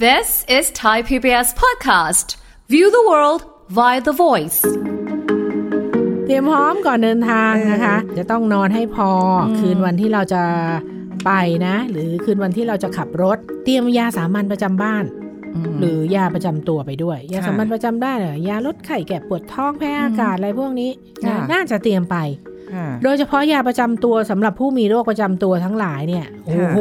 This is Thai PBS podcast. View the world via the voice. เตรียมพร้อมก่อนเดินทางนะคะ จะต้องนอนให้พออคืนวันที่เราจะไปนะ หรือคืนวันที่เราจะขับรถ เตรียมยาสามัญประจำบ้าน หรือยาประจำตัวไปด้วย ยาสามัญประจำได้านเนี่ยยาลดไข้แก่ปวดท้องแพ้อากาศอะไรพวกนี้นะ ค่ะ น่าจะเตรียมไป ค่ะ โดยเฉพาะยาประจำตัวสำหรับผู้มีโรคประจำตัวทั้งหลายเนี่ยโอ้โห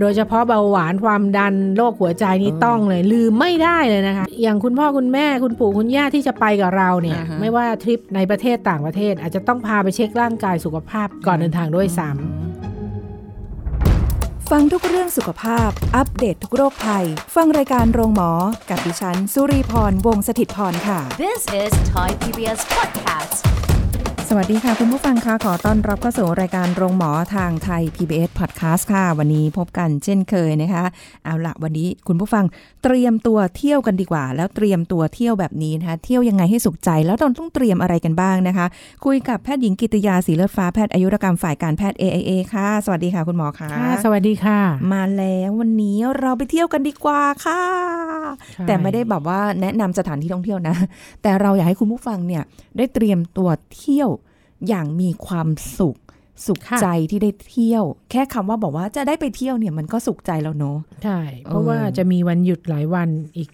โดยเฉพาะเบาหวานความดันโรคหัวใจนี่ เออ ต้องเลย ลืมไม่ได้เลยนะคะ อย่างคุณพ่อคุณแม่คุณปู่คุณย่าที่จะไปกับเราเนี่ย อ่าฮะ ไม่ว่าทริปในประเทศต่างประเทศ อาจจะต้องพาไปเช็คร่างกายสุขภาพก่อนเดินทางด้วยซ้ ฟังทุกเรื่องสุขภาพ อัปเดตทุกโรคภัย ฟังรายการโรงหมอ กับดิฉัน สุรีพร วงศสถิตพรค่ะ This is Thai PBS podcast. สวัสดีค่ะ คุณผู้ฟังค่ะ ขอต้อนรับเข้าสู่รายการโรงหมอทางไทย PBS Podcast ค่ะ วันนี้พบกันเช่นเคยนะคะ เอาละวันนี้คุณผู้ฟังเตรียมตัวเที่ยวกันดีกว่า แล้วเตรียมตัวเที่ยวแบบนี้นะคะเที่ยวยังไงให้สุขใจแล้วเราต้องเตรียมอะไรกันบ้างนะคะ คุยกับแพทย์หญิงกิติยาสีเลือดฟ้าแพทย์อายุรกรรมฝ่ายการแพทย์ AIA ค่ะ สวัสดีค่ะคุณหมอค่ะ ำค่ะสวัสดีค่ะ มาแล้ววันนี้เราไปเที่ยวกันดีกว่าค่ะ ใช่ แต่ไม่ได้แบบว่าแนะนำสถานที่ท่องเที่ยวนะ แต่เราอยากให้คุณผู้ฟังเนี่ย ได้เตรียมตัวเที่ยวอย่างมีความสุข สุขใจที่ได้เที่ยว แค่คำว่าบอกว่าจะได้ไปเที่ยวเนี่ยมันก็สุขใจแล้วเนาะ ใช่เพราะว่า เออ จะมีวันหยุดหลายวันอีก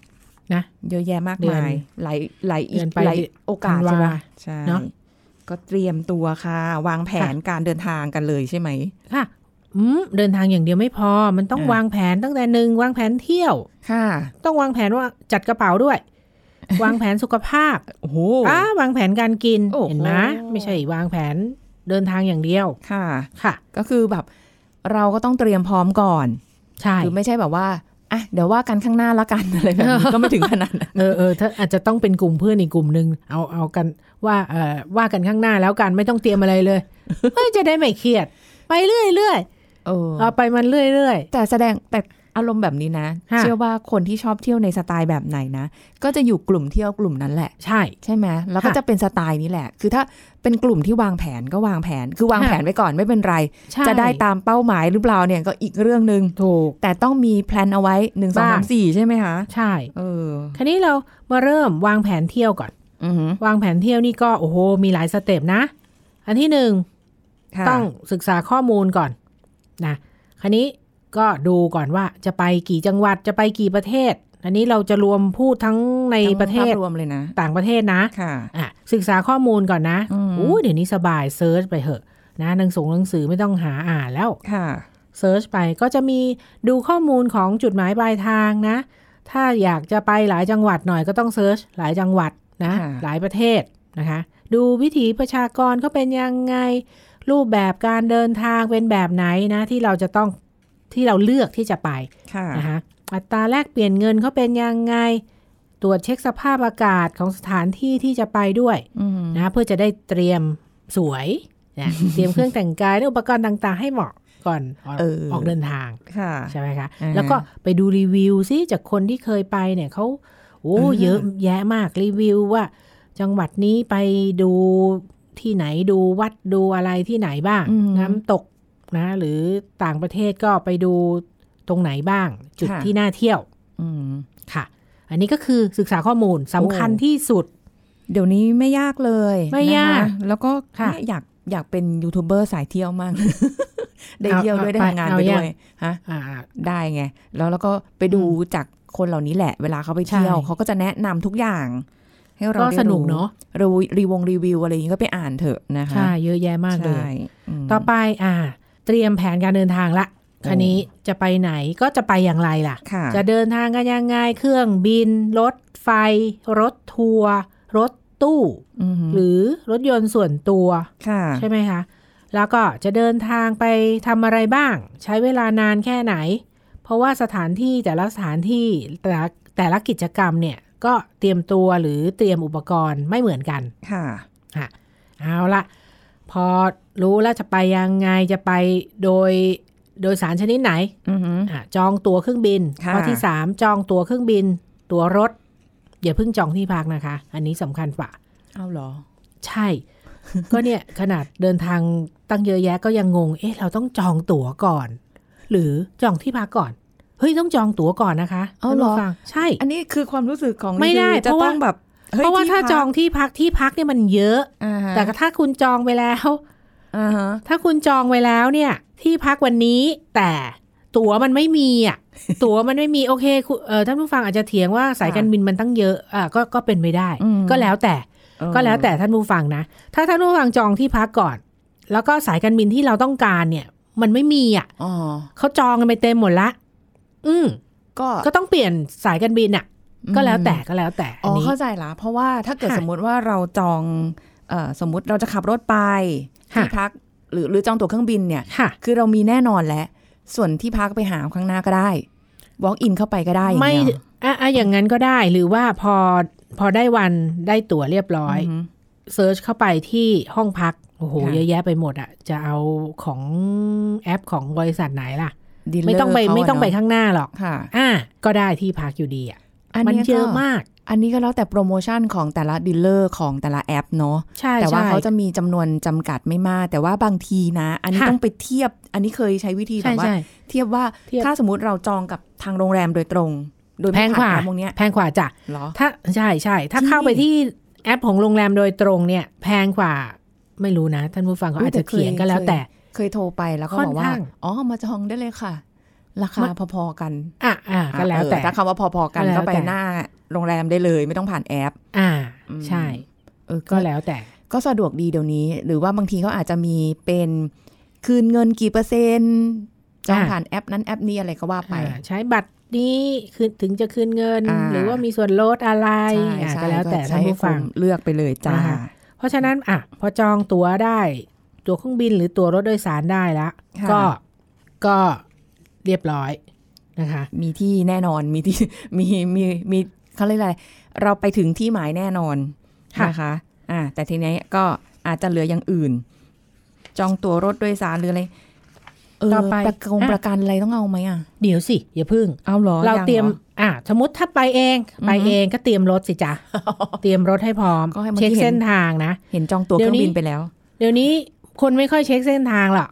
นะ เยอะแยะมาก เดือน มายหลายหลายอี เดื ก อนไป หลายโอกาส ธันวา ใช่ปะใช่ เนอะ ก็เตรียมตัวค่ะ วางแผน ค่ะ การเดินทางกันเลยใช่ไหม ค่ะอืมเดินทางอย่างเดียวไม่พอมันต้อง อ่ะ วางแผนตั้งแต่หนึ่งวางแผนเที่ยว ค่ะ ต้องวางแผนว่าจัดกระเป๋าด้วย วางแผนสุขภาพ โอ้โห อ่าวางแผนการกิน โอ้โห เห็นไหมไม่ใช่วางแผนเดินทางอย่างเดียว ค่ะ ค่ะ ก็คือแบบเราก็ต้องเตรียมพร้อมก่อน ใช่ คือไม่ใช่แบบว่า อ่ะ เดี๋ยวว่ากันข้างหน้าละกัน อะไรแบบนี้ ก็ไม่ถึงขนาดนั้น เออเออถ้าอาจจะต้องเป็นกลุ่มเพื่อนอีกกลุ่มหนึ่งเอาเอากันว่าเออว่ากันข้างหน้าแล้วกันไม่ต้องเตรียมอะไร เลยเฮ้ยจะได้ไม่เครียด ไปเรื่อยเรื่อย เออ เอาไปมันเรื่อยเรื่อย แต่แสดงแต่อารมณ์แบบนี้นะ ฮะ เชื่อว่าคนที่ชอบเที่ยวในสไตล์แบบไหนนะ ก็จะอยู่กลุ่มเที่ยวกลุ่มนั้นแหละ ใช่ ใช่ไหมแล้วก็ ฮะ จะเป็นสไตล์นี้แหละ คือถ้าเป็นกลุ่มที่วางแผนก็วางแผน คือวาง ฮะ แผนไว้ก่อนไม่เป็นไร ใช่ จะได้ตามเป้าหมายหรือเปล่าเนี่ยก็อีกเรื่องหนึ่ง ถูก แต่ต้องมีแพลนเอาไว้หนึ่งสองสาบ้ามง สี่ใช่ไหมคะ ใช่ เออ คันนี้เรามาเริ่มวางแผนเที่ยวก่อน อือหือ วางแผนเที่ยวนี่ก็โอ้โหมีหลายสเต็ปนะ อันที่หนึ่ง ค่ะ ต้องศึกษาข้อมูลก่อนนะคันนี้ก็ดูก่อนว่าจะไปกี่จังหวัดจะไปกี่ประเทศ อันนี้เราจะรวมพูดทั้งใน ทั้ง ประเทศ ภาพรวมเลยนะ ต่างประเทศนะ ค่ะ อ่ะศึกษาข้อมูลก่อนนะ อืม อู้เดี๋ยวนี้สบายเซิร์ชไปเถอะนะหนังสงหนังสือไม่ต้องหาอ่านแล้ว ค่ะ เซิร์ชไปก็จะมีดูข้อมูลของจุดหมายปลายทางนะ ถ้าอยากจะไปหลายจังหวัดหน่อยก็ต้องเซิร์ชหลายจังหวัดนะ ค่ะ หลายประเทศนะคะ ดูวิถีประชากรเขาเป็นยังไง รูปแบบการเดินทางเป็นแบบไหนนะที่เราจะต้องที่เราเลือกที่จะไป ค่ะ นะคะอัตราแลกเปลี่ยนเงินเขาเป็นยังไง ตรวจเช็คสภาพอากาศของสถานที่ที่จะไปด้วย อืม นะเพื่อจะได้เตรียมสวยนะเตรียมเครื่องแต่งกายและอุปกรณ์ต่างๆ ให้เหมาะก่อนออก เออ ออกเดินทาง ค่ะ ใช่ไหมคะ อ่า แล้วก็ไปดูรีวิวซิจากคนที่เคยไปเนี่ยเขาโอ้ อ่า เยอะแยะมากรีวิวว่า จังหวัดนี้ไปดูที่ไหนดูวัดดูอะไรที่ไหนบ้าง น้ำตกนะ หรือต่างประเทศก็ไปดูตรงไหนบ้าง จุดที่น่าเที่ยว อืม ค่ะ อันนี้ก็คือศึกษาข้อมูลสำคัญ โอ้ ที่สุด เดี๋ยวนี้ไม่ยากเลย ไม่ยาก นะคะแล้วก็ ค่ะ เนี่ยอยากอยากเป็นยูทูบเบอร์สายเที่ยวมาก ได้เที่ยวด้วยได้ทำงานไปด้วยฮะ อ่า ได้ไง แล้วแล้วก็ไปดูจากคนเหล่านี้แหละ เวลาเขาไปเที่ยว ใช่ เขาก็จะแนะนำทุกอย่าง ให้เรา ก็ ได้ สนุก รู้ เนาะ รีวิวรีวงรีวิวอะไรอย่างนี้ก็ไปอ่านเถอะนะคะ ใช่เยอะแยะมากเลย ใช่ม ต่อไปอ่า เตรียมแผนการเดินทางละ โอ้ คันนี้จะไปไหนก็จะไปอย่างไรล่ะ ค่ะ จะเดินทางกันยังไงเครื่องบิน รถไฟ รถทัวร์รถตู้ อือหือ หรือรถยนต์ส่วนตัว ค่ะ ใช่ไหมคะ แล้วก็จะเดินทางไปทำอะไรบ้าง ใช้เวลานานแค่ไหน เพราะว่าสถานที่แต่ละสถานที่แต่ละแต่ละกิจกรรมเนี่ย ก็เตรียมตัวหรือเตรียมอุปกรณ์ไม่เหมือนกัน ค่ะ ค่ะเอาละพอรู้แล้วจะไปยังไงจะไปโดยโดยสารชนิดไหน อือหือ อ่ะจองตั๋วเครื่องบิน ค่ะ ข้อที่ 3 จองตั๋วเครื่องบิน ตั๋วรถ อย่าเพิ่งจองที่พักนะคะ อันนี้สำคัญกว่า เอาเหรอ ใช่ ก็เนี่ย ขนาดเดินทางตั้งเยอะแยะก็ยังงง เอ๊ะ เราต้องจองตั๋วก่อน หรือจองที่พักก่อน เฮ้ยต้องจองตั๋วก่อนนะคะ เอาเหรอ ท่นผู้ฟังใช่ อันนี้คือความรู้สึกของ ไม่ได้ คือจะ เพราะ ต้ ว่า องแบบฮ้ย เพราะว่า ที่ ถ้า พัก จองที่พักที่พักเนี่ยมันเยอะ อ่าฮะ แต่ถ้าคุณจองไปแล้ว อ่าฮะ ถ้าคุณจองไว้แล้วเนี่ย ที่พักวันนี้แต่ตั๋วมันไม่มีอ่ะ ตั๋วมันไม่มีโอเคคุณเออท่านผู้ฟังอาจจะเถียงว่าสายการบินมันตั้งเยอะอ่ะก็ก็เป็นไม่ได้ อืม ก็แล้วแต่ เออ ก็แล้วแต่ท่านผู้ฟังนะ ถ้าท่านผู้ฟังจองที่พักก่อน แล้วก็สายการบินที่เราต้องการเนี่ย มันไม่มีอ่ะ อ๋อ เขาจองกันไปเต็มหมดละ อืม ก็ ก็ต้องเปลี่ยนสายการบินอ่ะ ก็แล้วแต่ก็แล้วแต่อัอ๋อน นี้ เข้าใจละเพราะว่าถ้าเกิด ค่ะ สมมุติว่าเราจองเอ่อสมมุติเราจะขับรถไปที่ ค่ะ พักหรือหรือจองตั๋วเครื่องบินเนี่ย ค่ะ คือเรามีแน่นอนแล้ว ส่วนที่พักไปหาข้างหน้าก็ได้ walk in เข้าไปก็ได้อย่าง ไม่ เงี้ยเหรอ อ่ะอ่ะอย่างนั้นก็ได้หรือว่าพอพอได้วันได้ตั๋วเรียบร้อย ม เซิร์ชเข้าไปที่ห้องพัก โอ้โห ค่ะ เยอะแยะไปหมดอะจะเอาของแอปของบริษัทไหนล่ะ ดีลเล ไม่ต้องไป เขาะ ไม่ต้องไปข้างหน้าหรอก ค่ะ อ่ะก็ได้ที่พักอยู่ดีอะมัน นี้ เยอะมาก อันนี้ก็แล้วแต่โปรโมชั่นของแต่ละดีลเลอร์ของแต่ละแอปเนาะ ใช่ แต่ว่า ใช่ เขาจะมีจำนวนจำกัดไม่มาก แต่ว่าบางทีนะ อันนี้ ค่ะ ต้องไปเทียบ อันนี้เคยใช้วิธีแบ ใช่ บว่า ใช่ เทียบว่า เทียบ ถ้าสมมติเราจองกับทางโรงแรมโดยตรง โดย แพ ไม่ งกผ่านว่า แอปพวกเนี้ย แพงกว่าจ้ะ เหรอ ถ้าใช่ใช่ถ้า จริง เข้าไปที่แอปของโรงแรมโดยตรงเนี่ย แพงกว่าไม่รู้นะ ท่านผู้ฟังเขาอาจจะเถียงก็แล้วแต่ เคยโทรไปแล้วก็ ค่ บ อ อก น ว่า ข้าง อ๋อ มาจองได้เลยค่ะ รา มั คาน พอๆกัน อ่ะอ่ะก็แล้วแต่ เออถ้าคำว่าพอๆกัน ก็แล้ว ก็ไป แต่ หน้าโรงแรมได้เลย ไม่ต้องผ่านแอป อ่า อืม ใช่ เออ ก็แล้วแต่ ก็สะดวกดีเดี๋ยวนี้ หรือว่าบางทีเขาอาจจะมีเป็นคืนเงินกี่เปอร์เซ็นต์จอง อ่า ผ่านแอปนั้นแอปนี้อะไรก็ว่าไป อ่าใช้บัตรนี้คืนถึงจะคืนเงิน อ่า หรือว่ามีส่วนลดอะไรอ่าก็แล้วแต่ ก็ ท่าน ให้ ผู้ฟัง คุ้มเลือกไปเลยจ้า อ่า เพราะฉะนั้นอ่ะพอจองตั๋วได้ ตั๋วเครื่องบินหรือตั๋วรถโดยสารได้แล้ว ค่ะ ก็ก็เรียบร้อยนะคะ มีที่แน่นอนมีที่ มีมีมีเขาเรียกอะไร เราไปถึงที่หมายแน่นอน ค่ะ นะคะอ่าแต่ทีนี้ก็อาจจะเหลืออย่างอื่น จองตั๋วรถโดยสารหรืออะไรเออ ต่อไป ประกง อ่ะ ประกันอะไรต้องเอาไหมอ่ะ เดี๋ยวสิอย่าพึ่ง เอาหรอ เรา ง เตรียม หอ อ่ะสมมติถ้าไปเองไป อือฮึ เองก็เตรียมรถสิจ๊ะ เตรียมรถให้พร้อม ก็ให้มัน เช็ค เห็น เส้นทางนะ เห็นจองตั๋วเค เดี๋ย รื่ ว อง นี้ บินไปแล้ว เดี๋ยวนี้คนไม่ค่อยเช็คเส้นทางหรอก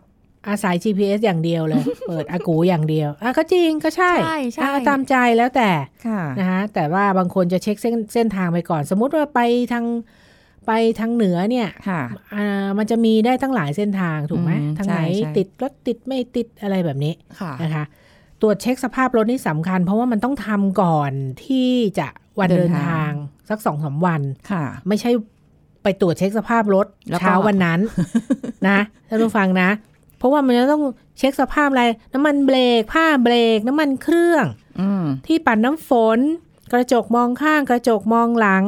อาศัย GPS อย่างเดียว เลย เปิดอากูอย่างเดียวอ่ะก็จริงก็ใช่ ใช่ใช่ อ่ะตามใจแล้วแต่ ค่ะ นะคะแต่ว่าบางคนจะเช็คเส้นเส้นทางไปก่อน สมมุติว่าไปทางไปทางเหนือเนี่ย ค่ะ อ่ามันจะมีได้ตั้งหลายเส้นทางถูกไหม อืม ทางไหน ใช่ใช่ ติดรถติดไม่ติดอะไรแบบนี้ ค่ะ นะคะ ตรวจเช็คสภาพรถนี่สำคัญ เพราะว่ามันต้องทำก่อนที่จะวัน เดิ เดิ น น ทา ทาง งสักสองสามวัน ค่ะ ไม่ใช่ไปตรวจเช็คสภาพรถ แล้วก็ เช้าวันนั้น นะท่านผู้ฟังนะ เพราะว่ามันจะต้องเช็คสภาพอะไร น้ำมันเบรกผ้าเบรก น้ำมันเครื่อง อืม ที่ปัดน้ำฝน กระจกมองข้าง กระจกมองหลัง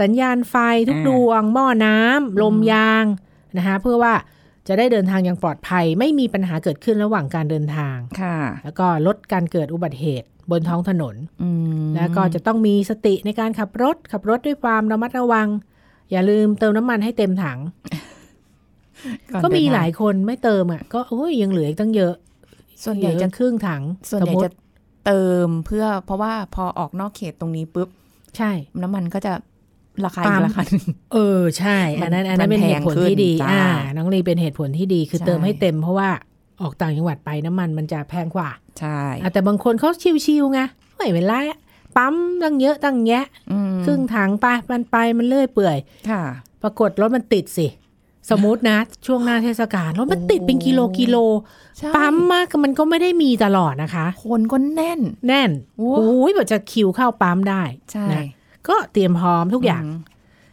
สัญญาณไฟทุก อ่า ดวง หม้อน้ำลมยางนะคะเพื่อว่าจะได้เดินทางอย่างปลอดภัย ไม่มีปัญหาเกิดขึ้นระหว่างการเดินทาง ค่ะ แล้วก็ลดการเกิดอุบัติเหตุบนท้องถนน อืม แล้วก็จะต้องมีสติในการขับรถ ขับรถด้วยความระมัดระวัง อย่าลืมเติมน้ำมันให้เต็มถัง อน ก็มี เดินทง หลายคนไม่เติมอ่ะก็โอ้ยยังเหลืออีกตั้งเยอะ ส่วนใหญ่ ลือ จะ ครึ่งถัง ส่วนใหญ่ สมม จะ ติ เติมเพื่อเพราะว่าพอออกนอกเขตตรงนี้ปุ๊บ ใช่ น้ำมันก็จะราคาอี ปาล์ ก ม ราคาหนึ่ง เออใช่อันนั้น มัน อันนั้นเป็นเหตุผลที่ดี แพงขึ้นจ้า อ่า น้องลีเป็นเหตุผลที่ดีคือ ใช่ เติมให้เต็มเพราะว่าออกต่างจังหวัดไปน้ำมันมันจะแพงกว่า ใช่ อ่ะแต่บางคนเขาชิวๆไงไม่เป็นไรอะปั๊มตั้งเยอะตั้งแยะ อืม ครึ่งถังไปมันไปมันเลื่อยเปื่อย ค่ะ ปรากฏรถมันติดสิ สมมตินะ ช่วงหน้าเทศกาลรถมันติดเป็นกิโลกิโล ใช่ ปั๊มมากมันก็ไม่ได้มีตลอดนะคะ คนก็แน่น แน่น โอ้ โอ้ยกว่าจะคิวเข้าปั๊มได้ ใช่ นะก็เตรียมพร้อมทุกอย่าง ม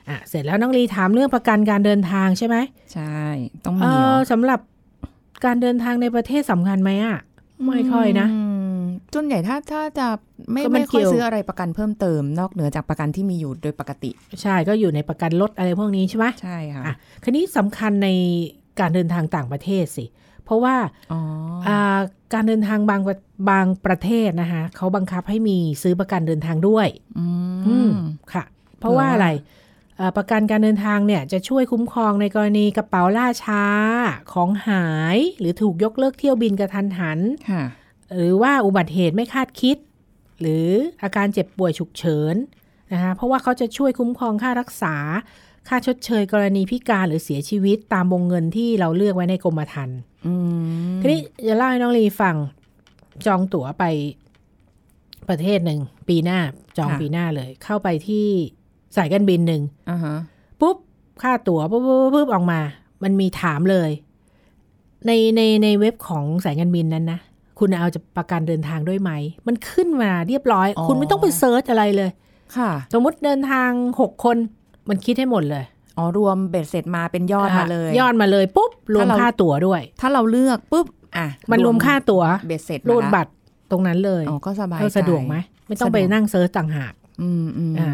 อ่ะเสร็จแล้วน้องลีถามเรื่องประกันการเดินทางใช่ไหม ใช่ ต้อง เอ มี อสำหรับการเดินทางในประเทศสำคัญไหมอ่ะ ไม่ค่อยนะ มส่วนใหญ่ถ้าถ้าจะไม่ ก็มัน ไม่ค่อเกี่ยยว ซื้ออะไรประกันเพิ่มเติม นอกเหนือจากประกันที่มีอยู่โดยปกติ ใช่ก็อยู่ในประกันรถอะไรพวกนี้ใช่ไหม ใช่ค่ะ อ่ะคันนี้สำคัญในการเดินทางต่างประเทศสิ เพราะว่า อ๋ออ อ่าการเดินทางบางประบางประเทศนะคะเขาบังคับให้มีซื้อประกันเดินทางด้วย อืม อืมค่ะ เพราะว่า เผื่อว่า อะไรเอ่อประกันการเดินทางเนี่ยจะช่วยคุ้มครองในกรณีกระเป๋าล่าช้าของหาย หรือถูกยกเลิกเที่ยวบินกระทันหัน ค่ะ หรือว่าอุบัติเหตุไม่คาดคิด หรืออาการเจ็บป่วยฉุกเฉินนะคะเพราะว่าเขาจะช่วยคุ้มครองค่ารักษา ค่าชดเชยกรณีพิการหรือเสียชีวิตตามวงเงินที่เราเลือกไว้ในกรมธรรม์ อืม ทีนี้จะเล่าให้น้องลีฟังจองตั๋วไป ประเทศหนึ่งปีหน้าจอง ค่ะ ปีหน้าเลย เข้าไปที่สายการบินหนึ่ง อ่าฮะ ปุ๊บค่าตั๋วปุ๊บปุ๊บปุ๊บปุ๊บออกมา มันมีถามเลย ในในในเว็บของสายการบินนั้นนะคุณเอาจะประกันเดินทางด้วยไหม มันขึ้นมาเรียบร้อย คุณไม่ต้องไปเซิร์ชอะไรเลย ค่ะ สมมติเดินทางหกคน มันคิดให้หมดเลย อ๋อ รวมเบ็ดเสร็จมาเป็นยอดมาเลย ะยอดมาเลยปุ๊บรวม ถ้าเรา ค่าตั๋วด้วย ถ้าเราเลือกปุ๊บ อ่ะ มันรวมค่าตั๋ว เบ็ดเสร็จมา รูด ละ บัตรตรงนั้นเลย อ๋อ ก็สบาย เออสะดวกไหม ใจ ไม่ต้องไป สะดวก นั่งเซิร์ชต่างหาก อืมอืม อ่า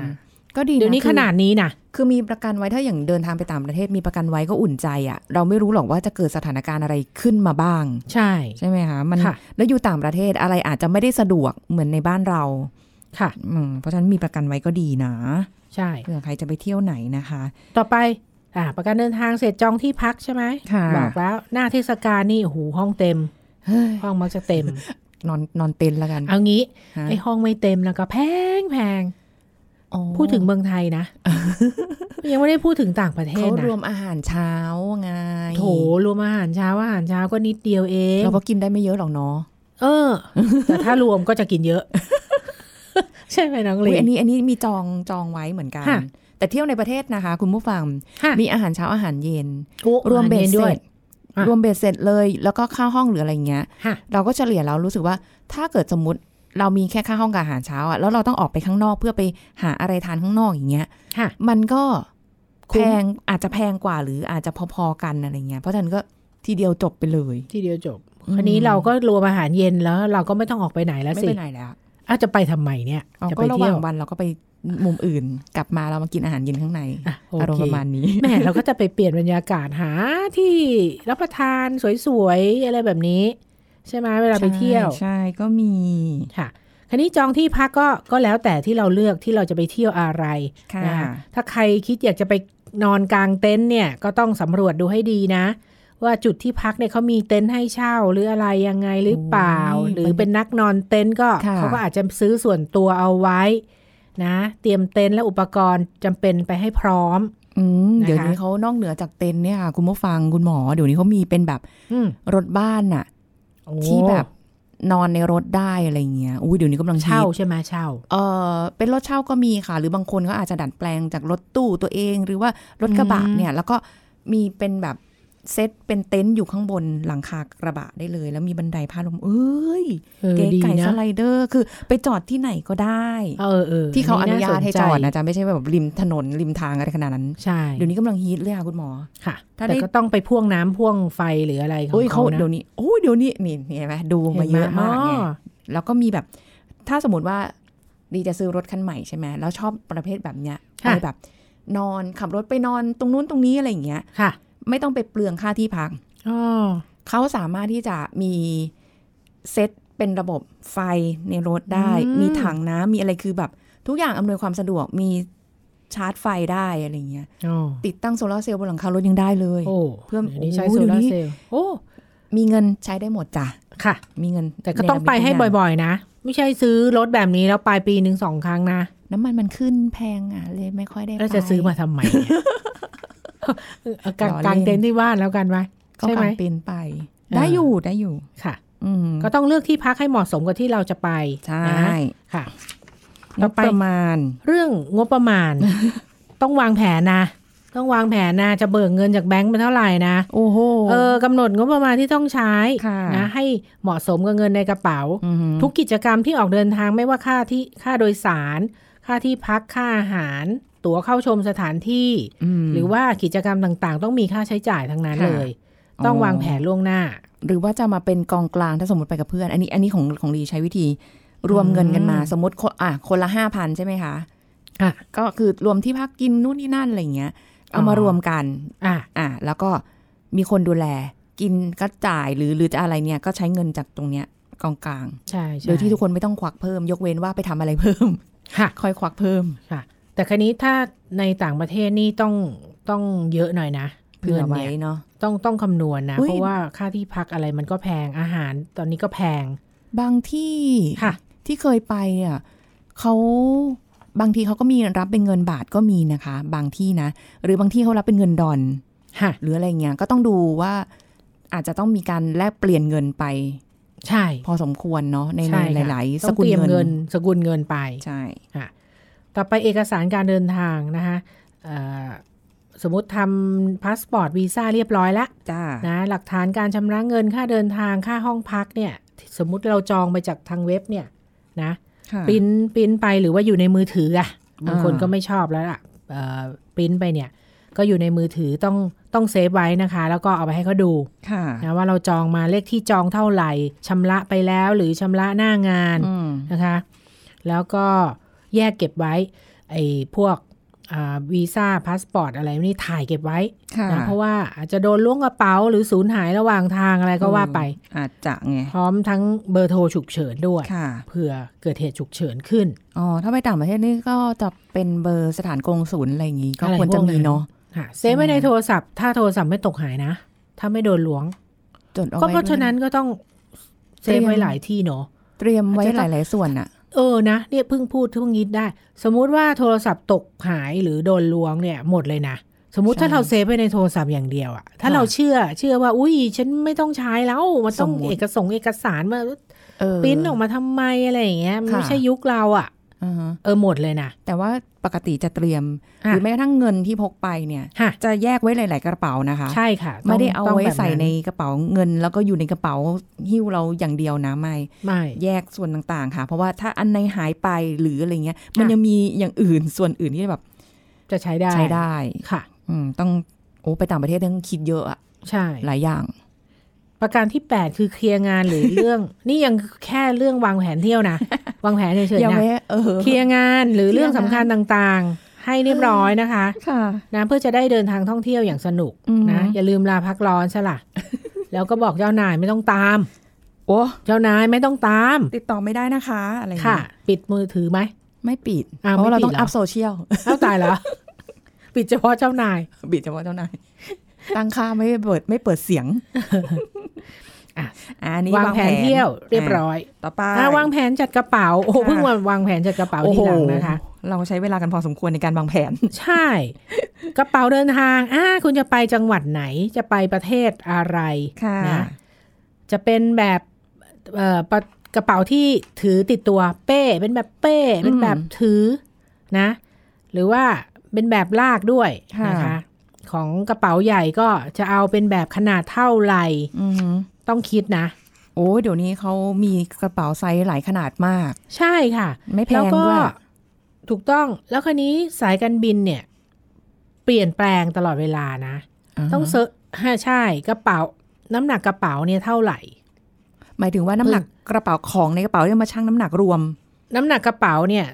ก็ดีะ เดี๋ยวนี้ คือ ขนาดนี้นะ คือมีประกันไว้ถ้าอย่างเดินทางไปต่างประเทศมีประกันไว้ก็อุ่นใจอ่ะ เราไม่รู้หรอกว่าจะเกิดสถานการณ์อะไรขึ้นมาบ้าง ใช่ ใช่ไหมคะ มัน ค่ะ แล้วอยู่ต่างประเทศอะไรอาจจะไม่ได้สะดวกเหมือนในบ้านเรา ค่ะ อืมเพราะฉะนั้นมีประกันไว้ก็ดีนะ ใช่ เผื่อใครจะไปเที่ยวไหนนะคะ ต่อไป อ่า ประกันเดินทางเสร็จจองที่พักใช่ไหม ค่ะ บอกแล้วหน้าเทศกาลนี่โอ้โหูห้อง เต็ม เฮ้ย ห้องมักจะเต็ม นอนนอนเต็นท์ละกัน เอางี้ ฮะ ไอห้องไม่เต็มแล้วก็แพงแพง อ๋อ พูดถึงเมืองไทยนะ ยังไม่ได้พูดถึงต่างประเทศ เขา นะ รวมอาหารเช้าไง โถรวมอาหารเช้าอาหารเช้าก็นิดเดียวเอง เราก็กินได้ไม่เยอะหรอกเนาะ เออ แต่ถ้ารวมก็จะกินเยอะ ใช่ไหมน้อง อุ๊ ลิ ยอั น นนี้อันนี้มีจองจองไว้เหมือนกัน ค่ะ แต่เที่ยวในประเทศนะคะ คุณผู้ฟัง ค่ะ มีอาหารเช้าอาหารเย็น โอ้ รวมเบ็ด อาาย็น เส ด้ว ร็ ย จ อ่ะ รวมเบ็ดเสร็จเลยแล้วก็ค่าห้องหรืออะไรเงี้ย ค่ะ เราก็เฉลี่ยแล้วรู้สึกว่าถ้าเกิดสมมติเรามีแค่ค่าห้องกับอาหารเช้าอะแล้วเราต้องออกไปข้างนอกเพื่อไปหาอะไรทานข้างนอกอย่างเงี้ย ค่ะ มันก็ คุ้มแพงอาจจะแพงกว่าหรืออาจจะพอๆกันอะไรเงี้ยเพราะฉะนั้นก็ทีเดียวจบไปเลย ทีเดียวจบคันนี้เราก็รวมอาหารเย็นแล้ว เราก็ไม่ต้องออกไปไหนแล้ว ไม่ สิ เป็นไรแล้ว อ้าวจะไปทำไมเนี่ย เอา จะ ก็ ไประ ห เที่ ว่าย ง ว วันเราก็ไปมุมอื่น กลับมาเรามากินอาหารเย็นข้างใน อ่ะโอ อารม เค ณ์ประมาณนี้ แหม่เราก็จะไปเปลี่ยนบรรยากาศหาที่รับประทานสวยๆ อะไรแบบนี้ ใช่ไหมเวลาไปเที่ยว ใช่ใช่ก็มี ค่ะคันนี้จองที่พักก็ก็แล้วแต่ที่เราเลือกที่เราจะไปเที่ยวอะไร ค่ะ นะคะถ้าใครคิดอยากจะไปนอนกลางเต็นท์เนี่ยก็ต้องสำรวจดูให้ดีนะ ว่าจุดที่พักเนี่ยเขามีเต็นท์ให้เช่าหรืออะไรยังไงหรือเปล่า หรือเป็นนักนอนเต็นท์ก็ ค่ะ เขาก็อาจจะซื้อส่วนตัวเอาไว้นะ เตรียมเต็นท์และอุปกรณ์จำเป็นไปให้พร้อม อืม นะคะ เดี๋ยวนี้เขานอกเหนือจากเต็นท์เนี่ยค่ะคุณผู้ฟังคุณหมอเดี๋ยวนี้เขามีเป็นแบบ อืม รถบ้านน่ะ โอ้ ที่แบบนอนในรถได้อะไรเงี้ยอุ้ยเดี๋ยวนี้กำลังฮิต เช่าใช่ไหมเช่า เออเป็นรถเช่าก็มีค่ะ หรือบางคนก็อาจจะดัดแปลงจากรถตู้ตัวเองหรือว่ารถกระบะ อืม เนี่ย แล้วก็มีเป็นแบบเซตเป็นเต็นท์อยู่ข้างบนหลังคากระบะได้เลย แล้วมีบันไดพาดลมเอ้ย เออ เก๋ ดี ไก่ส นะ ไลเดอร์ คือไปจอดที่ไหนก็ได้ เออเออ ที่เขาอนุญาตให้จอด น่ นะจ๊ะไม่ใช่แบบริมถนนริมทางอะไรขนาดนั้น ใช่ เดี๋ยวนี้กำลังฮิตเลยค่ะคุณหมอ ค่ะ ถ้าได้ แต่ก็ต้องไปพ่วงน้ำพ่วงไฟหรืออะไรของ โอ้ยเขา เขานะ เดี๋ยวนี้โอ้ยเดี๋ยวนี้นี่เห็นไหมดูมาเยอะมาก ห็ ไง นไห แล้วก็มีแบบถ้าสมมติว่าดีจะซื้อรถคันใหม่ใช่ไหมแล้วชอบประเภทแบบเนี้ยไปแบบ นอนขับรถไปนอนตรงนู้นตรงนี้อะไรอย่างเงี้ย ค่ะ ไม่ต้องไปเปลืองค่าที่พัก อ๋อ เขาสามารถที่จะมีเซตเป็นระบบไฟในรถได้ มีถังน้ำมีอะไรคือแบบ ทุกอย่างอำนวยความสะดวกมีชาร์จไฟได้อะไรอย่างเงี้ย อ๋อ ติดตั้งโซลาร์เซลล์บนหลังคารถยังได้เลย โอ้ เพื่อ ดี๋ยวนี้ใช้ โอ้ โซ เดี๋ยว ลา นี้ ร์เซลล์โอ้ มีเงินใช้ได้หมดจ้ะ ค่ะ มีเงิน แต่ก็ต้องไปให้บ่อยๆ นะ ไม่ใช่ซื้อรถแบบนี้แล้วไปปีหนึ่งสองครั้งนะ ๆน้ำมันมันขึ้นแพงอ่ะเลยไม่ค่อยได้ แล้วจะ ไป ซื้อมาทำไมเนี่ย เอากาง ล้อเล่น กางเต็นท์ที่บ้านแล้วกันไหม ก็ ใช่ไหม กางเป็นไป อ่า ได้อยู่ได้อยู่ ค่ะ อืม ก็ต้องเลือกที่พักให้เหมาะสมกับที่เราจะไป ใช่ นะค่ะ ง ต่อบ ไป ประมาณ เรื่องงบประ มาณ ต้องวางแผนนะ ต้องวางแผนนะ จะเบิกเงินจากแบงก์เป็นเท่าไหร่นะ โอ้โห เออกำหนดงบประมาณที่ต้องใช้ ค่ะ นะให้เหมาะสมกับเงินในกระเป๋า ม ทุกกิจกรรมที่ออกเดินทางไม่ว่าค่าที่ค่าโดยสาร ค่าที่พักค่าอาหาร ตั๋วเข้าชมสถานที่ ม หรือว่ากิจกรรมต่างๆ ต้องมีค่าใช้จ่ายทั้งนั้น ค่ะ เลย ต้อง อ๋อ วางแผนล่วงหน้า หรือว่าจะมาเป็นกองกลางถ้าสมมติไปกับเพื่อน อันนี้อันนี้ของของลีใช้วิธี รวมเงินกันมา อืม สมมติคนอ่ะคนละห้าพันใช่ไหมคะ อ่ะ ก็คือรวมที่พักกินนู่นนี่นั่นอะไรอย่างเงี้ย เอามา อ๋อ รวมกัน อ่ะ อ่ะแล้วก็มีคนดูแล กินก็จ่ายหรือหรือจะอะไรเนี่ยก็ใช้เงินจากตรงเนี้ยกองกลาง ใช่ใช่ โดยที่ทุกคนไม่ต้องควักเพิ่ม ยกเว้นว่าไปทำอะไรเพิ่ม ค่ะ ค่อยควักเพิ่ม ค่ะ แต่คราวนี้ถ้าในต่างประเทศนี่ต้องต้องเยอะหน่อยนะ เผื่อ งิน ไว้ นี่ย เนาะ ต้องต้องคำนวณนะ อุ๊ย เพราะว่าค่าที่พักอะไรมันก็แพงอาหารตอนนี้ก็แพง บางที่ ค่ะ ที่เคยไปอ่ะเขาบางทีเขาก็มีรับเป็นเงินบาทก็มีนะคะ บางที่นะ หรือบางที่เขารับเป็นเงินดอล ค่ะ หรืออะไรเงี้ยก็ต้องดูว่าอาจจะต้องมีการแลกเปลี่ยนเงินไป ใช่ พอสมควรเนาะใน ใช่ ห ค่ะ ลาย ๆ ส ต้อง กุล เตรียม เงิ เงิ น นสกุลเงินไป ใช่ ค่ะต่อไปเอกสารการเดินทางนะคะเอ่อสมมติทำพาสปอร์ตวีซ่าเรียบร้อยแล้ว จ้า นะหลักฐานการชำระเงินค่าเดินทางค่าห้องพักเนี่ยสมมติเราจองไปจากทางเว็บเนี่ยนะ ค่ะ ปริ้นปริ้นไปหรือว่าอยู่ในมือถืออะบางคน อ่า ก็ไม่ชอบแล้วล่ะเอ่อปริ้นไปเนี่ยก็อยู่ในมือถือต้องต้องเซฟไว้นะคะ แล้วก็เอาไปให้เขาดู ค่ะ นะว่าเราจองมาเลขที่จองเท่าไหร่ชำระไปแล้วหรือชำระหน้างาน อืม นะคะแล้วก็แยกเก็บไว้ไอ้พวกวีซ่าพาสปอร์ตอะไรนี่ถ่ายเก็บไว้ ค่ะ นะเพราะว่าอาจจะโดนล้วงกระเป๋าหรือสูญหายระหว่างทางอะไรก็ว่าไป อาจจะไง พร้อมทั้งเบอร์โทรฉุกเฉินด้วย ค่ะ เผื่อเกิดเหตุฉุกเฉินขึ้น อ๋อถ้าไปต่างประเทศนี่ก็จะเป็นเบอร์สถานกงศูนย์อะไรอย่างงี้ก็ อะไร ควรจะ พวกนั้ มี น เนาะ ค่ะเซฟไว้ในโทรศัพท์ ถ้าโทรศัพท์ไม่ตกหายนะ ถ้าไม่โดนล้วง จดเอา ก็ ไว้ เพราะฉะนั้น ด้วย ก็ต้องเซฟ เตรียม ไว้หลายที่เนาะ เตรียมไว้ อาจจะ ห ต้อง ลาย ๆ ส่วนอะ เออนะเนี่ยเพิ่งพูดเพิ่งยิดได้ สมมุติว่าโทรศัพท์ตกหายหรือโดนล้วงเนี่ยหมดเลยนะ สมมติถ้าเราเซฟไว้ในโทรศัพท์อย่างเดียวอะถ้าเราเชื่อเชื่อว่าอุ้ยฉันไม่ต้องใช้แล้วมันต้องเอกสงเอกสารมา เออ ปริ้นออกมาทำไมอะไรอย่างเงี้ยมัน ค่ะ ไม่ใช่ยุคเราอะ อ่าฮะ เออหมดเลยนะ แต่ว่าปกติจะเตรียม ห ะ รือแม้กระทั่งเงินที่พกไปเนี่ย ฮะ จะแยกไว้หลาย ๆ กระเป๋านะคะ ใช่ค่ะต้ง ไม่ได้เอา ต้ง ไว้ แบบ ใส่ใน น กระเป๋าเงิน แล้วก็อยู่ในกระเป๋าหิ้วเราอย่างเดียวนะไม่ ไม่ แยกส่วนต่าง ๆ ค่ะ เพราะว่าถ้าอันในหายไปหรืออะไรเงี้ย ค่ะ มันยังมีอย่างอื่นส่วนอื่นที่แบบ จะใช้ได้ ใช้ได้ ค่ะ อืมต้องโอ้ไปต่างประเทศต้องคิดเยอะอะ ใช่ หลายอย่าง ประการที่ 8 คือเคลียร์งานหรือเรื่อง นี่ยังแค่เรื่องวางแผนเที่ยว นะวางแผนเฉย ยั ๆนะ ไม่เออ เคลียร์งานหรือเรื่องสำคัญต่างๆ ให้เรียบร้อยนะคะ ค่ะ นะเพื่อจะได้เดินทางท่องเที่ยวอย่างสนุก อือฮึ นะอย่าลืมลาพักร้อนซะ ละ แล้วก็บอกเจ้านายไม่ต้องตาม โอ้ เจ้านายไม่ต้องตาม ติดต่อไม่ได้นะคะอะไรอย่าง ค่ะ เงี้ย ปิดมือถือไหม ไม่ปิด อ้าว เพราะว่าเรา ไม่ปิด ต้อเหงรอ อัพโซเชียล เอ้าต ายแล้ว ปิดเฉพาะเจ้านาย บีบเฉพาะเจ้านาย ตั้งค่าไม่เปิดไม่เปิดเสียง อ่ะ อ่ะอันนี้ วางแผนเที่ยวเรียบร้อย ต่อไป อ่ะวางแผนจัดกระเป๋าโอ้โห ค่ะ เพิ่งมาวางแผนจัดกระเป๋า โอ้ ที โห หลังนะคะ เราใช้เวลากันพอสมควรในการวางแผน ใช่ กระเป๋าเดินทางอ่าคุณจะไปจังหวัดไหนจะไปประเทศอะไร ค่ะ นะ จะเป็นแบบเอ่อปะกระเป๋าที่ถือติดตัวเป้ เป็นแบบเป้ เป็นแบบถือนะ หรือว่าเป็นแบบลากด้วย ค่ะ นะคะ ของกระเป๋าใหญ่ก็จะเอาเป็นแบบขนาดเท่าไหร่ อือหือ ต้องคิดนะ โอ้ยเดี๋ยวนี้เขามีกระเป๋าไซส์หลายขนาดมาก ใช่ค่ะ ไม่แพ แล้ว ง ก็ ด้วย ถูกต้องแล้วคันนี้สายการบินเนี่ย เปลี่ยนแปลงตลอดเวลานะ าฮะ ต้องเซอร์ฮะใช่กระเป๋า น้ำหนักกระเป๋าเนี่ยเท่าไหร่ หมายถึงว่าน้ำหนักกระเป๋าของในกระเป๋าเนี่ยมาชั่งน้ำหนักรวม น้ำหนักกระเป๋าเนี่ย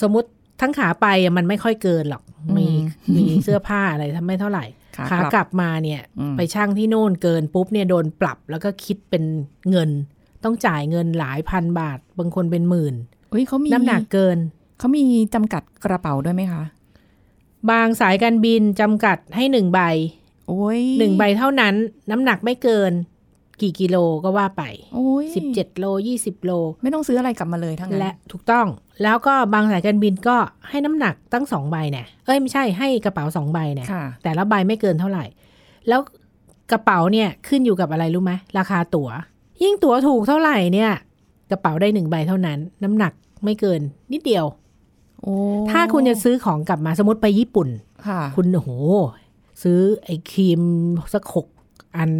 สมมติทั้งขาไปอะมันไม่ค่อยเกินหรอก อืม มีมีเสื้อผ้าอะไรทำไม่เท่าไหร่ ขา ขาก ลับ กลับมาเนี่ย อืม ไปช่างที่โน่นเกินปุ๊บเนี่ยโดนปรับแล้วก็คิดเป็นเงิน ต้องจ่ายเงินหลายพันบาท บางคนเป็นหมื่น เฮ้ยเขามี น้ำหนักเกิน เขามีจำกัดกระเป๋าด้วยไหมคะ บางสายการบินจำกัดให้หนึ่งใบ โอ้ย หนึ่งใบเท่านั้น น้ำหนักไม่เกิน กี่กิโลก็ว่าไป โอ้ย สิบเจ็ดโลยี่สิบโล ไม่ต้องซื้ออะไรกลับมาเลยทั้งนั้น และถูกต้องแล้วก็บางสายการบินก็ให้น้ำหนักตั้งสองใบเนี่ยเอ้ยไม่ใช่ให้กระเป๋าสองใบเนี่ย ค่ะ แต่ละใบไม่เกินเท่าไหร่ แล้วกระเป๋าเนี่ยขึ้นอยู่กับอะไรรู้ไหมราคาตั๋ว ยิ่งตั๋วถูกเท่าไหร่เนี่ย กระเป๋าได้หนึ่งใบเท่านั้น น้ำหนักไม่เกินนิดเดียว โอ้ ถ้าคุณจะซื้อของกลับมาสมมติไปญี่ปุ่น ค่ะ คุณโอ้โหซื้อไอ้ครีมสักหกอัน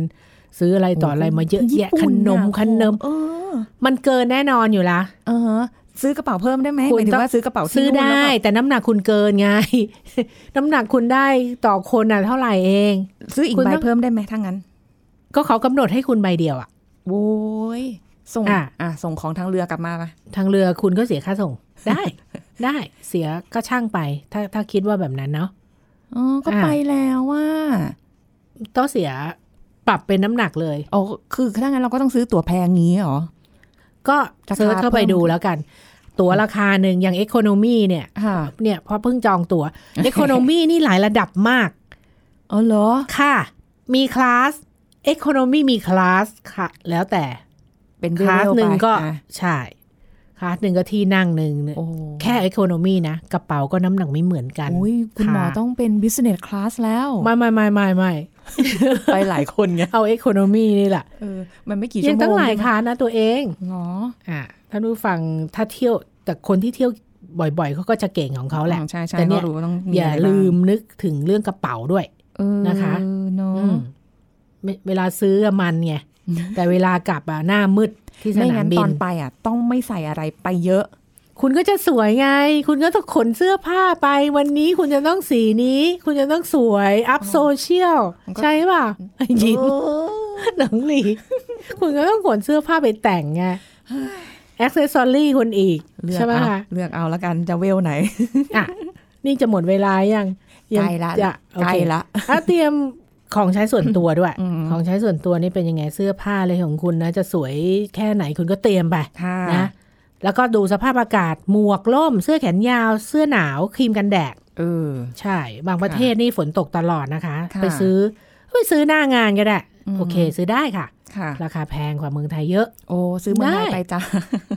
ซื้ออะไรต่ออะไรมาเยอะแยะขนมขนม เออ มันเกินแน่นอนอยู่ละ เออ ซื้อกระเป๋าเพิ่มได้ไหม คุณหมายถึ ต้อง ง ว่าซื้อกระเป๋าที่ ซื้อ นู่นแล้ว ได้ แบบ แต่น้ำหนักคุณเกินไง น้ำหนักคุณได้ต่อคนอ่ะเท่าไหร่เอง ซื้ออีก คุณ ใบ ต้อง เพิ่มได้ไหมถ้างั้น ก็เขากำหนดให้คุณใบเดียวอ่ะ โว้ยส่ง อ่ะ อ่ะส่งของทางเรือกลับมาปะ ทางเรือคุณก็เสียค่า ส่ง ได้ ได้เสียก็ช่างไป ถ้าถ้าคิดว่าแบบนั้นเนาะ อ๋อก็ อ่ะ ไปแล้วว่า ต้องเสียปรับเป็นน้ำหนักเลย อ๋อคือถ้างั้นเราก็ต้องซื้อตั๋วแพงงี้เหรอ ก็ ราคา เซิร์ชเข้าไปดูแล้วกัน ตั๋วราคาหนึ่งอย่างเอ o n โนมีเนี่ย ค่ะ เนี่ยเพราะเพิ่งจอง ตั๋วเอ o n โนมีนี่หลายระดับมาก อ๋อเหรอ ค่ะ มีคลาสเอ o n โนมีมีคลาสค่ะ แล้วแต่ เป็น ค เรื่อ ลาส เร็วไป หนึ่งก็ อ่ะ ใช่คลาสหนึ่งก็ที่นั่งหนึ่งเนี่ย โอ้ แค่อ c o n o m y นะ กระเป๋าก็น้ำหนักไม่เหมือนกัน โอ้ยคุณหมอ ค่ะ ต้องเป็น business class แล้ว ไม่ไม่ไม่ไม่ไม่ ไปหลายคนไง เอาเอ o n โ m มีนี่แหละ เออมันไม่กี่ ยั ชั่ ง วโม ตั้ง ง หลายคานะตัวเอง อ๋อ อ่าท่านผู้ฟังถ้าเที่ยวแต่คนที่เที่ยวบ่อยๆเขาก็จะเก่งของเขาแหละ ใช่ใช่ แต่เนี่ เนี่ย ยรู้ต้อง อย่าลืมนึกถึงเรื่องกระเป๋าด้วย นะคะ เนาะ มเวเวลาซื้ออะมันไง อืม แต่เวลากลับอะหน้ามืดที่ส ไม่ นาม งั้น บิ ตอน นไปอ่ะ ต้องไม่ใส่อะไรไปเยอะ คุณก็จะสวยไง คุณก็ต้องขนเสื้อผ้าไป วันนี้คุณจะต้องสีนี้ คุณจะต้องสวยอัพโซเชียล มันก็ ใช่ป่ะยิ้มหนังหลี คุณก็ต้องขนเสื้อผ้าไปแต่งไงแอ c เซสซอรี่คุณอีก เลือก ใช่ไหม เอา คะ เลือกเอาแล้วกันจะเวลไหน อ่ะ นี่จะหมดเวลายังยัง ใกล้ละ จะโอ ใกล้ เค ละ ถ้าเตรียมของใช้ส่วนตัวด้วย อืม ของใช้ส่วนตัวนี่เป็นยังไงเสื้อผ้าเลยของคุณนะ จะสวยแค่ไหนคุณก็เตรียมไป ค่ะ นะแล้วก็ดูสภาพอากาศหมวกล่ม เสื้อแขนยาว เสื้อหนาวครีมกันแดด เออ ใช่ บางประเทศนี่ฝนตกตลอดนะคะ ค่ะ ไปซื้อไปซื้อหน้างานก็ได้ อืม โอเค ซื้อได้ค่ะ ค่ะ ราคาแพงกว่าเมืองไทยเยอะ โอ้ซื้อเมืองไทย ได้ ไปจ้า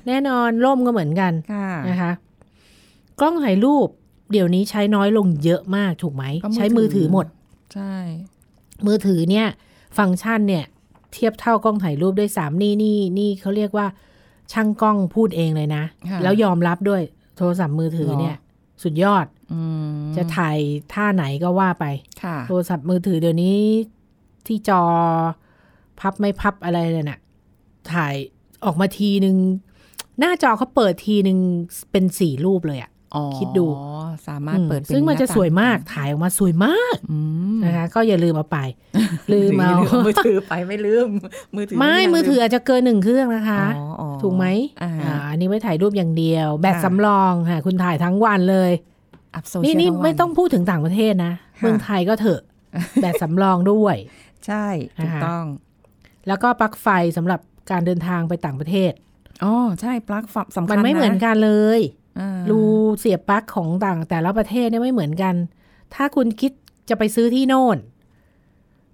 แน่นอนล่มก็เหมือนกัน ค่ะ นะคะ กล้องถ่ายรูป เดี๋ยวนี้ใช้น้อยลงเยอะมากถูกไหม ก็มือ ใช้มือ ถื ถื อ อหมด ใช่ มือถือเนี่ย ฟังก์ชันเนี่ย เทียบเท่ากล้องถ่ายรูปด้วยซ้ำนี่นี่นี่เขาเรียกว่า ช่างกล้องพูดเองเลยนะ ค่ะ แล้วยอมรับด้วยโทรศัพท์มือถือเนี่ย หร สุดยอด อืม จะถ่ายท่าไหนก็ว่าไป ค่ะ โทรศัพท์มือถือเดี๋ยวนี้ที่จอพับไม่พับอะไรเลยน่ะ ถ่ายออกมาทีหนึ่งหน้าจอเขาเปิดทีหนึ่งเป็นสี่รูปเลยอะ อ๋อ คิดดู สามารถเปิด อื เป็ มซึ่งมันจะ ห สวยมากถ่ายออกมาสวยมาก อืม นะคะ ก็อย่าลืม เอาไป ลืมเอา หรือมือถือไปไม่ลืม มือถือ ไม่ ย่าลื มือถืออาจจะเกินหนึ่งเครื่องนะคะ อ๋ออ๋อ ถูกไหม อ่า าอันนี้ไว้ถ่ายรูปอย่างเดียว แบต ค่ะ สำรองค่ะ คุณถ่ายทั้งวันเลย อัพโซ นี่ เชียล นี่ ทั้งวัน ไม่ต้องพูดถึงต่างประเทศนะ ค่ะ เมืองไทยก็ เถอะ แบตสำรองด้วย ใช่ถูก นะคะ ต้อง แล้วก็ปลั๊กไฟสำหรับการเดินทางไปต่างประเทศ อ๋อใช่ปลั๊กฝับสำคัญ มันไม่เหมือน น กันเลย อ่า รูเสียบปลั๊กของต่างแต่ละประเทศเนี่ยไม่เหมือนกัน ถ้าคุณคิดจะไปซื้อที่โน่น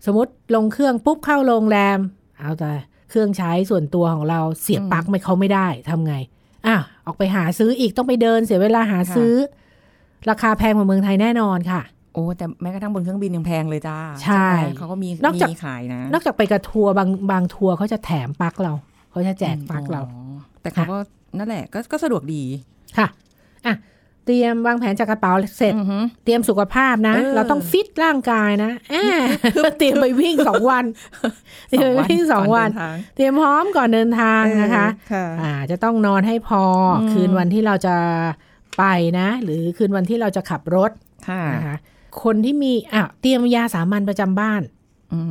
สมมติลงเครื่องปุ๊บเข้าโรงแรม เอาแต่เครื่องใช้ส่วนตัวของเราเสียบปลั๊กไม่เขาไม่ได้ทำไงอ่ะออกไปหาซื้ออีกต้องไปเดินเสียเวลาหาซื้อ ราคาแพงกว่าเมืองไทยแน่นอนค่ะ โอ้แต่แม้กระทั่งบนเครื่องบินยังแพงเลยจ้า ใช่ ไหมเขาก็มี นอกจาก มีขายนะ นอกจากไปกับทัวร์บางบางทัวร์เขาจะแถมปลั๊กเราเขาจะแจกปลั๊กเรา อ๋อแต่เขาก็นั่นแหละก็ก็สะดวกดี ค่ะอ่ะเตรียมวางแผนจากกระเป๋าเสร็จ อือหือ เตรียมสุขภาพนะ เออ เราต้องฟิตร่างกายนะแอาเตรียมไป วิ่งสองวันเตรียมไปวิ่งสองวัน ก่เดิทาง เตรียมพร้อมก่อนเดินทางนะคะ เออค่ะ อ่าจะต้องนอนให้พออ ม คืนวันที่เราจะไปนะ หรือคืนวันที่เราจะขับรถ ค่ะ นะคะคนที่มีอ่ะเตรียมยาสามัญประจำบ้าน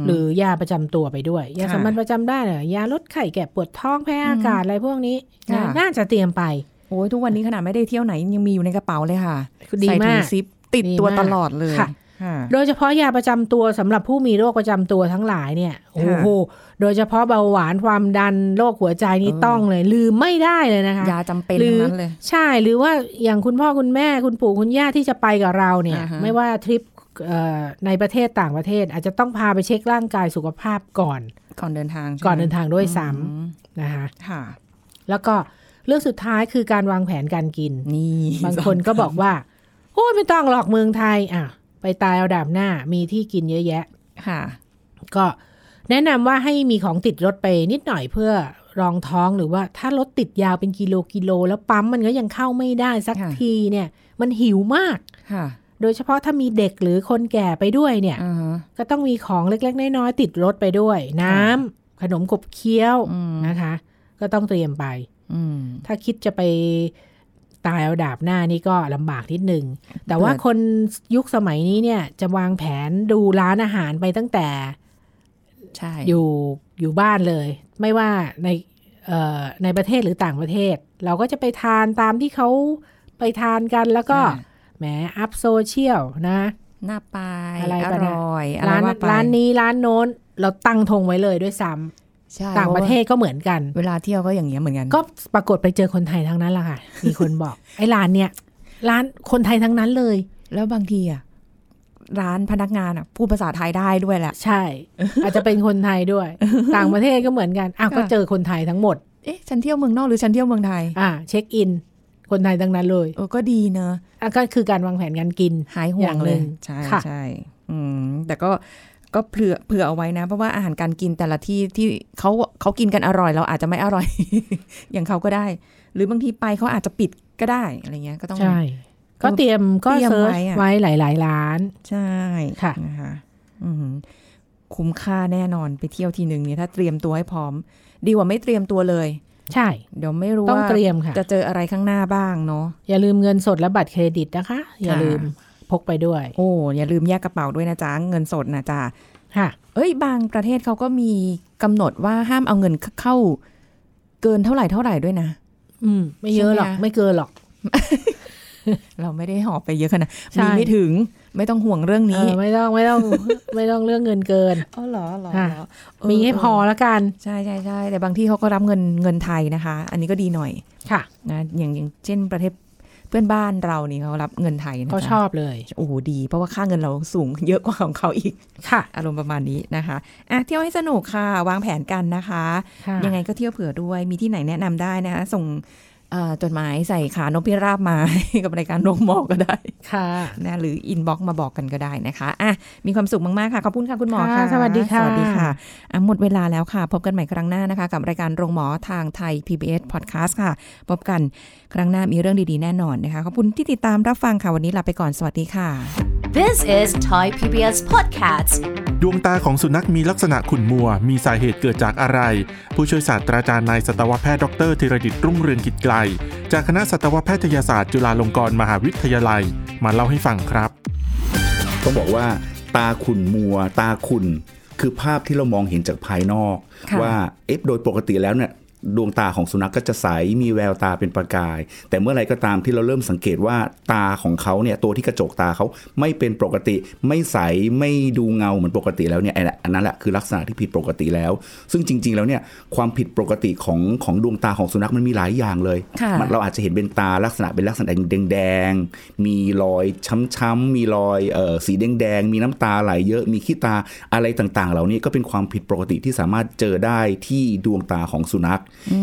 ม หรือยาประจำตัวไปด้วย ยา ค่ะ สามัญประจำบ้านเนี่ยยาลดไข้แก่ปวดท้องแพ้อากาศอะไรพวกนี้นะ ค่ะ น่าจะเตรียมไป โอ้ยทุกวันนี้ขนาดไม่ได้เที่ยวไหนยังมีอยู่ในกระเป๋าเลยค่ะ ดี ใส่ถุ มาง ก ซิปติด ดี ตัว มาก ตลอดเลย ค่ะ ค่ะ โดยเฉพาะยาประจำตัวสำหรับผู้มีโรคประจำตัวทั้งหลายเนี่ยโอ้โหโดยเฉพาะเบาหวานความดันโรคหัวใจนี่ เออ ต้องเลย ลืมไม่ได้เลยนะคะ ยาจำเป็น หรือ ทั้งนั้นเลย ใช่หรือว่าอย่างคุณพ่อคุณแม่คุณปู่คุณย่าที่จะไปกับเราเนี่ย อ่าฮะ ไม่ว่าทริปเอ่อในประเทศต่างประเทศ อาจจะต้องพาไปเช็คร่างกายสุขภาพก่อน ก่อนเดินทางใช่ไหม ก่อนเดินทางด้วยซ้ อืม ำนะคะ ค่ะ แล้วก็เรื่องสุดท้ายคือการวางแผนการ กิน นี่ บางคนก็บอกว่าโอ้ยไม่ต้องหลอกเมืองไทยอ่ะไปตายเอาดาบหน้ามีที่กินเยอะแยะ ค่ะ ก็แนะนำว่าให้มีของติดรถไปนิดหน่อยเพื่อรองท้องหรือว่าถ้ารถติดยาวเป็นกิโลกิโล แล้วปั๊มมันก็ยังเข้าไม่ได้สัก ค่ะ ทีเนี่ย มันหิวมาก ค่ะ โดยเฉพาะถ้ามีเด็กหรือคนแก่ไปด้วยเนี่ย อ่าฮะ ก็ต้องมีของเล็ก ๆ น้อยๆติดรถไปด้วย น้ำขนมขบเคี้ยว อืม นะคะ ก็ต้องเตรียมไป อืม ถ้าคิดจะไปตายเอาดาบหน้านี่ก็ลำบากนิดหนึ่ง แต่ว่า เปิด คนยุคสมัยนี้เนี่ยจะวางแผนดูร้านอาหารไปตั้งแต่ ใช่ อยู่อยู่บ้านเลย ไม่ว่าในเอ่อในประเทศหรือต่างประเทศ เราก็จะไปทานตามที่เขาไปทานกันแล้วก็ อ่า แหมอัพโซเชียลนะ หน้าไป อะไร อ ก็ได้ ร่อย ร้าน อะไรว่ไป ร้านนี้ร้านโน้น เราตั้งธงไว้เลยด้วยซ้ ใช่ ำต่างประเทศก็เหมือนกัน เวลาเที่ยวก็อย่างเงี้ยเหมือนกัน ก็ปรากฏไปเจอคนไทยทั้งนั้นแหละค่ะ มีคนบอก ไอ้ร้านเนี่ยร้านคนไทยทั้งนั้นเลย แล้วบางทีอ่ะร้านพนักงานอ่ะพูดภาษาไทยได้ด้วยแหละ ใช่ อาจจะเป็นคนไทยด้วย ต่างประเทศก็เหมือนกันอ้าวก็ ค่ะ เจอคนไทยทั้งหมด เอ๊ะฉันเที่ยวเมืองนอกหรือฉันเที่ยวเมืองไทย อ่า เช็คอิน คนไทยทั้งนั้นเลย เออก็ดีเนอะ อ่ะก็คือการวางแผนการกิน หายห่วง อย่างห เล นึ่ ย ง ใช่ ค่ะ ใช่อืมแต่ก็ ก็เผื่อเผื่อเอาไว้นะ เพราะว่าอาหารการกินแต่ละที่ที่เขาเขากินกันอร่อย เราอาจจะไม่อร่อย อย่างเขาก็ได้ หรือบางทีไปเขาอาจจะปิดก็ได้อะไรเงี้ยก็ต้อง ใช่ ก็เตรียมก็ เตรียม เซิร์ช ไว้อะ ไว้หลาย ๆ ร้าน ใช่ ค่ะ นะคะอืมคุ้มค่าแน่นอนไปเที่ยวทีหนึ่งเนี่ยถ้าเตรียมตัวให้พร้อม ดีกว่าไม่เตรียมตัวเลย ใช่ เดี๋ยวไม่รู้ ต้อง ว่า เตรียมค่ะ จะเจออะไรข้างหน้าบ้างเนาะ อย่าลืมเงินสดและบัตรเครดิตนะคะ อย่า ค่ะ ลืมพกไปด้วย โอ้อย่าลืมแยกกระเป๋าด้วยนะจ๊ะเงินสดนะจ๊ะ ค่ะ เอ้ยบางประเทศเขาก็มีกำหนดว่าห้ามเอาเงินเข้า เกินเท่าไหร่เท่าไหร่ด้วยนะ อืม ไม่เยอะหรอก ใช่ไหมคะ ไม่เกินหรอก เราไม่ได้หอบไปเยอะขนาด ใช่ มีไม่ถึงไม่ต้องห่วงเรื่อง เอ นี้ อไม่ต้องไม่ ต้อง ไม่ต้องเรื่องเงินเกิน อ๋อเหรอเหรอ ค่ะ เหรอเ มีให้พอแล้วกัน ใช่ใช่ใช่แต่บางที่เขาก็รับเงินเงินไทยนะคะ อันนี้ก็ดีหน่อย ค่ะ นะอย่างอย่างเช่นประเทศเพื่อนบ้านเรานี่เขารับเงินไทยนะ ก็ จ๊ะ ชอบเลย โอ้โหดี เพราะว่าค่าเงินเราสูงเยอะกว่าของเขาอีก ค่ะ อารมณ์ประมาณนี้นะคะอ่ะเที่ยวให้สนุกค่ะ วางแผนกันนะคะ ค่ะ ยังไงก็เที่ยวเผื่อด้วย มีที่ไหนแนะนำได้นะคะส่งเอ่อจดหมายใส่ขานกพิราบมา ให้กับรายการโรงหมอก็ได้ ค่ะ นะหรืออินบ็อกมาบอกกันก็ได้นะคะอ่ะมีความสุขมาก ๆ ค่ะ ขอบคุณค่ะคุณหมอ ค่ะ ค่ะ สวัสดีค่ะ สวัสดีค่ะอ่ะ หมดเวลาแล้วค่ะ พบกันใหม่ครั้งหน้านะคะ กับรายการโรงหมอทางไทย PBS Podcast ค่ะ พบกันครั้งหน้ามีเรื่องดี ๆ แน่นอนนะคะขอบคุณที่ติดตามรับฟังค่ะวันนี้ลาไปก่อนสวัสดีค่ะ This is Thai PBS Podcast. ดวงตาของสุนัขมีลักษณะขุ่นมัว มีสาเหตุเกิดจากอะไร ผู้ช่วยศาสตราจารย์นายสัตวแพทย์ดอกเตอรธีรดิตรุ่งเรืองกิจไกล จากคณะสัตวแพทยศาสตร์จุฬาลงกรณ์มหาวิทยาลัย มาเล่าให้ฟังครับ ต้องบอกว่าตาขุ่นมัว ตาขุ่นคือภาพที่เรามองเห็นจากภายนอก ค่ะ ว่าเอ๊ะโดยปกติแล้วเนี่ยดวงตาของสุนัขกก็จะใสมีแววตาเป็นประกาย แต่เมื่อไหรก็ตามที่เราเริ่มสังเกตว่าตาของเขาเนี่ยตัวที่กระจกตาเขาไม่เป็นปกติ ไม่ใสไม่ดูเงาเหมือนปกติแล้วเนี่ยไอ้นั่นอันนั้นแหละคือลักษณะที่ผิดปกติแล้ว ซึ่งจริง ๆ แล้วเนี่ยความผิดปกติของของดวงตาของสุนัขมันมีหลายอย่างเลย ค่ะ มันเราอาจจะเห็นเป็นตาลักษณะเป็นลักษณะแดงๆ มีรอยช้ำๆ มีรอยเอ่อสีแดงๆ มีน้ำตาไหลเยอะ มีขี้ตาอะไรต่างๆ เหล่านี้ก็เป็นความผิดปกติที่สามารถเจอได้ที่ดวงตาของสุนัข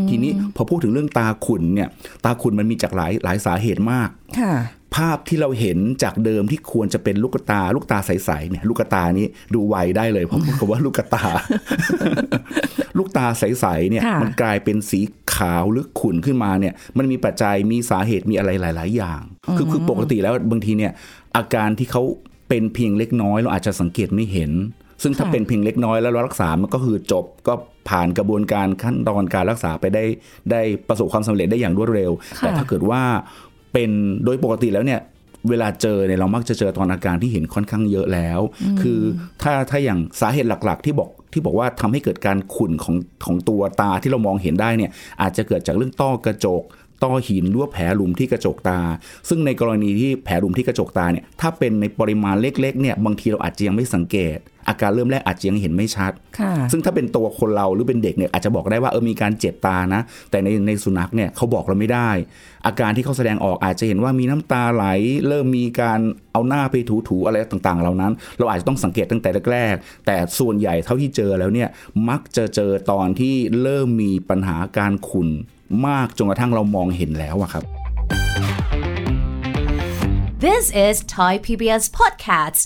ทีนี้พอพูดถึงเรื่องตาขุ่นเนี่ย ตาขุ่นมันมีจากหลายหลายสาเหตุมาก ค่ะ ภาพที่เราเห็นจากเดิมที่ควรจะเป็นลูกตา ลูกตาใสๆเนี่ยลูกตานี้ดูไวได้เลยเพราะพูดคำว่าลูกตา ลูกตาใสๆเนี่ย ค่ะ มันกลายเป็นสีขาวหรือขุ่นขึ้นมาเนี่ยมันมีปัจจัยมีสาเหตุมีอะไรหลาย ๆ อย่าง คือคือปกติแล้วบางทีเนี่ยอาการที่เขาเป็นเพียงเล็กน้อย เราอาจจะสังเกตไม่เห็น ซึ่งถ้า ค่ะ เป็นเพียงเล็กน้อยแล้วเรารักษามันก็คือจบก็ผ่านกระบวนการขั้นตอนการรักษาไปได้ได้ประสบความสำเร็จได้อย่างรวดเร็ว ค่ะ แต่ถ้าเกิดว่าเป็นโดยปกติแล้วเนี่ย เวลาเจอเนี่ยเรามักจะเจอตอนอาการที่เห็นค่อนข้างเยอะแล้ว คือถ้าถ้าอย่างสาเหตุหลักๆ ที่บอกที่บอกว่าทำให้เกิดการขุ่นของของตัวตาที่เรามองเห็นได้เนี่ยอาจจะเกิดจากเรื่องต้อกระจก ต้อหินหรือว่าแผลหลุมที่กระจกตา ซึ่งในกรณีที่แผลหลุมที่กระจกตาเนี่ยถ้าเป็นในปริมาณเล็กๆเนี่ยบางทีเราอาจจะยังไม่สังเกต อาการเริ่มแรกอาจจะยังเห็นไม่ชัด ค่ะ ซึ่งถ้าเป็นตัวคนเราหรือเป็นเด็กเนี่ยอาจจะบอกได้ว่าเออมีการเจ็บตานะ แต่ในในสุนัขเนี่ยเขาบอกเราไม่ได้ อาการที่เขาแสดงออกอาจจะเห็นว่ามีน้ำตาไหล เริ่มมีการเอาหน้าไปถูๆอะไรต่างๆ เหล่านั้น เราอาจจะต้องสังเกตตั้งแต่แรกๆแต่ส่วนใหญ่เท่าที่เจอแล้วเนี่ยมักจะเจอตอนที่เริ่มมีปัญหาการขุ่นมากจนกระทั่งเรามองเห็นแล้วอะครับ This is Thai PBS Podcast.